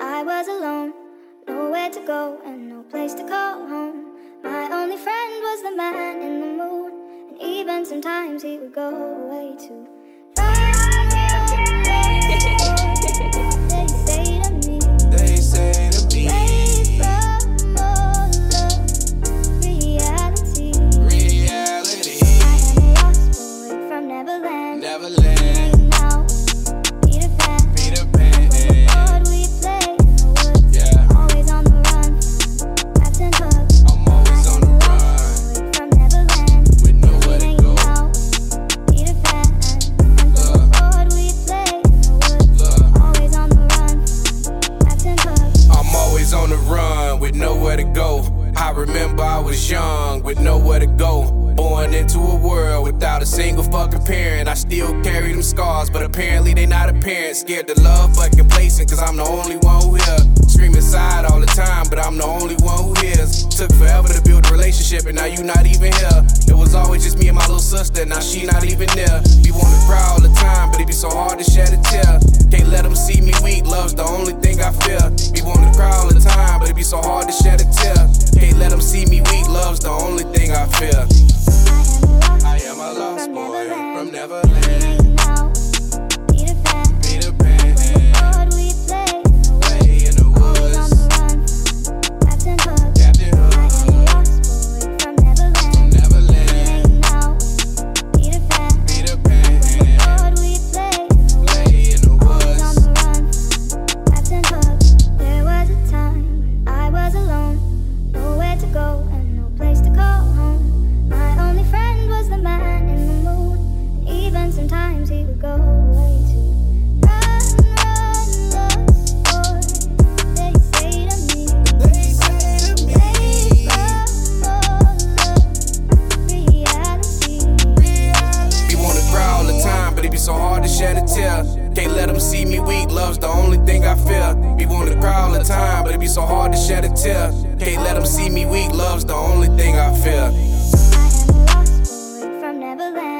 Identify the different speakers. Speaker 1: was alone, nowhere to go and no place to call home. My only friend was the man in the moon, and even sometimes he would go away too. They say to me,
Speaker 2: They say to me,
Speaker 1: "Wake up, oh, love, reality."
Speaker 2: reality
Speaker 1: I am a lost boy from Neverland.
Speaker 2: Neverland,
Speaker 1: Now, Peter Pan.
Speaker 2: Peter Pan.
Speaker 1: Lord, we play in the woods.
Speaker 2: Yeah,
Speaker 1: Always on the run from Captain Hook.
Speaker 2: I'm always on the run
Speaker 1: Away from Neverland.
Speaker 2: with nowhere to
Speaker 1: Living
Speaker 2: go.
Speaker 1: out Peter Pan. Lord,
Speaker 2: Look,
Speaker 1: Oh, we play in the woods.
Speaker 2: look.
Speaker 1: Always on the run from Captain Hook.
Speaker 2: I'm always on the run with nowhere to go. I remember I was young with nowhere to go. Born into a world without a single fucking parent. I still carry them scars, but apparently they not apparent. Scared to love, but complacent, cause I'm the only one who here. Screaming side all the time, but I'm the only one who hears. Took forever to build a relationship, and now you not even here. It was always just me and my little sister, now she not even there. We wanna cry all the time, but it be so hard to shed a tear. Can't let them see me weak, love's the only thing I fear. We wanna cry all the time, but it be so hard to shed a tear. Can't let them see me weak, love's the only thing I fear. I am a lost boy from Neverland.
Speaker 1: Peter Pan.
Speaker 2: Peter Pan,
Speaker 1: Lord, Oh, we play in the woods.
Speaker 2: way in the
Speaker 1: Always on
Speaker 2: woods.
Speaker 1: the run from Captain Hook.
Speaker 2: Captain
Speaker 1: I
Speaker 2: Hook,
Speaker 1: am a lost boy from Neverland.
Speaker 2: Neverland.
Speaker 1: Now, Peter Pan.
Speaker 2: Peter Pan,
Speaker 1: Lord, Oh, we play.
Speaker 2: way in the
Speaker 1: Always on
Speaker 2: woods.
Speaker 1: the run from Captain Hook. There was a time I was alone, nowhere to go and no place to call home. My only friend was the man in the moon, and even sometimes he would go away too. Run, run, lost boy, they say to me.
Speaker 2: They say to me,
Speaker 1: Wake up, oh, love, reality.
Speaker 2: We wanna cry all the time, but it be so hard to shed a tear. Can't let them see me weak, love's the only thing I fear. We wanna cry all the time, but it be so hard to shed a tear. Can't let them see me weak, love's the only thing I
Speaker 1: I
Speaker 2: fear.
Speaker 1: am a lost boy from Neverland.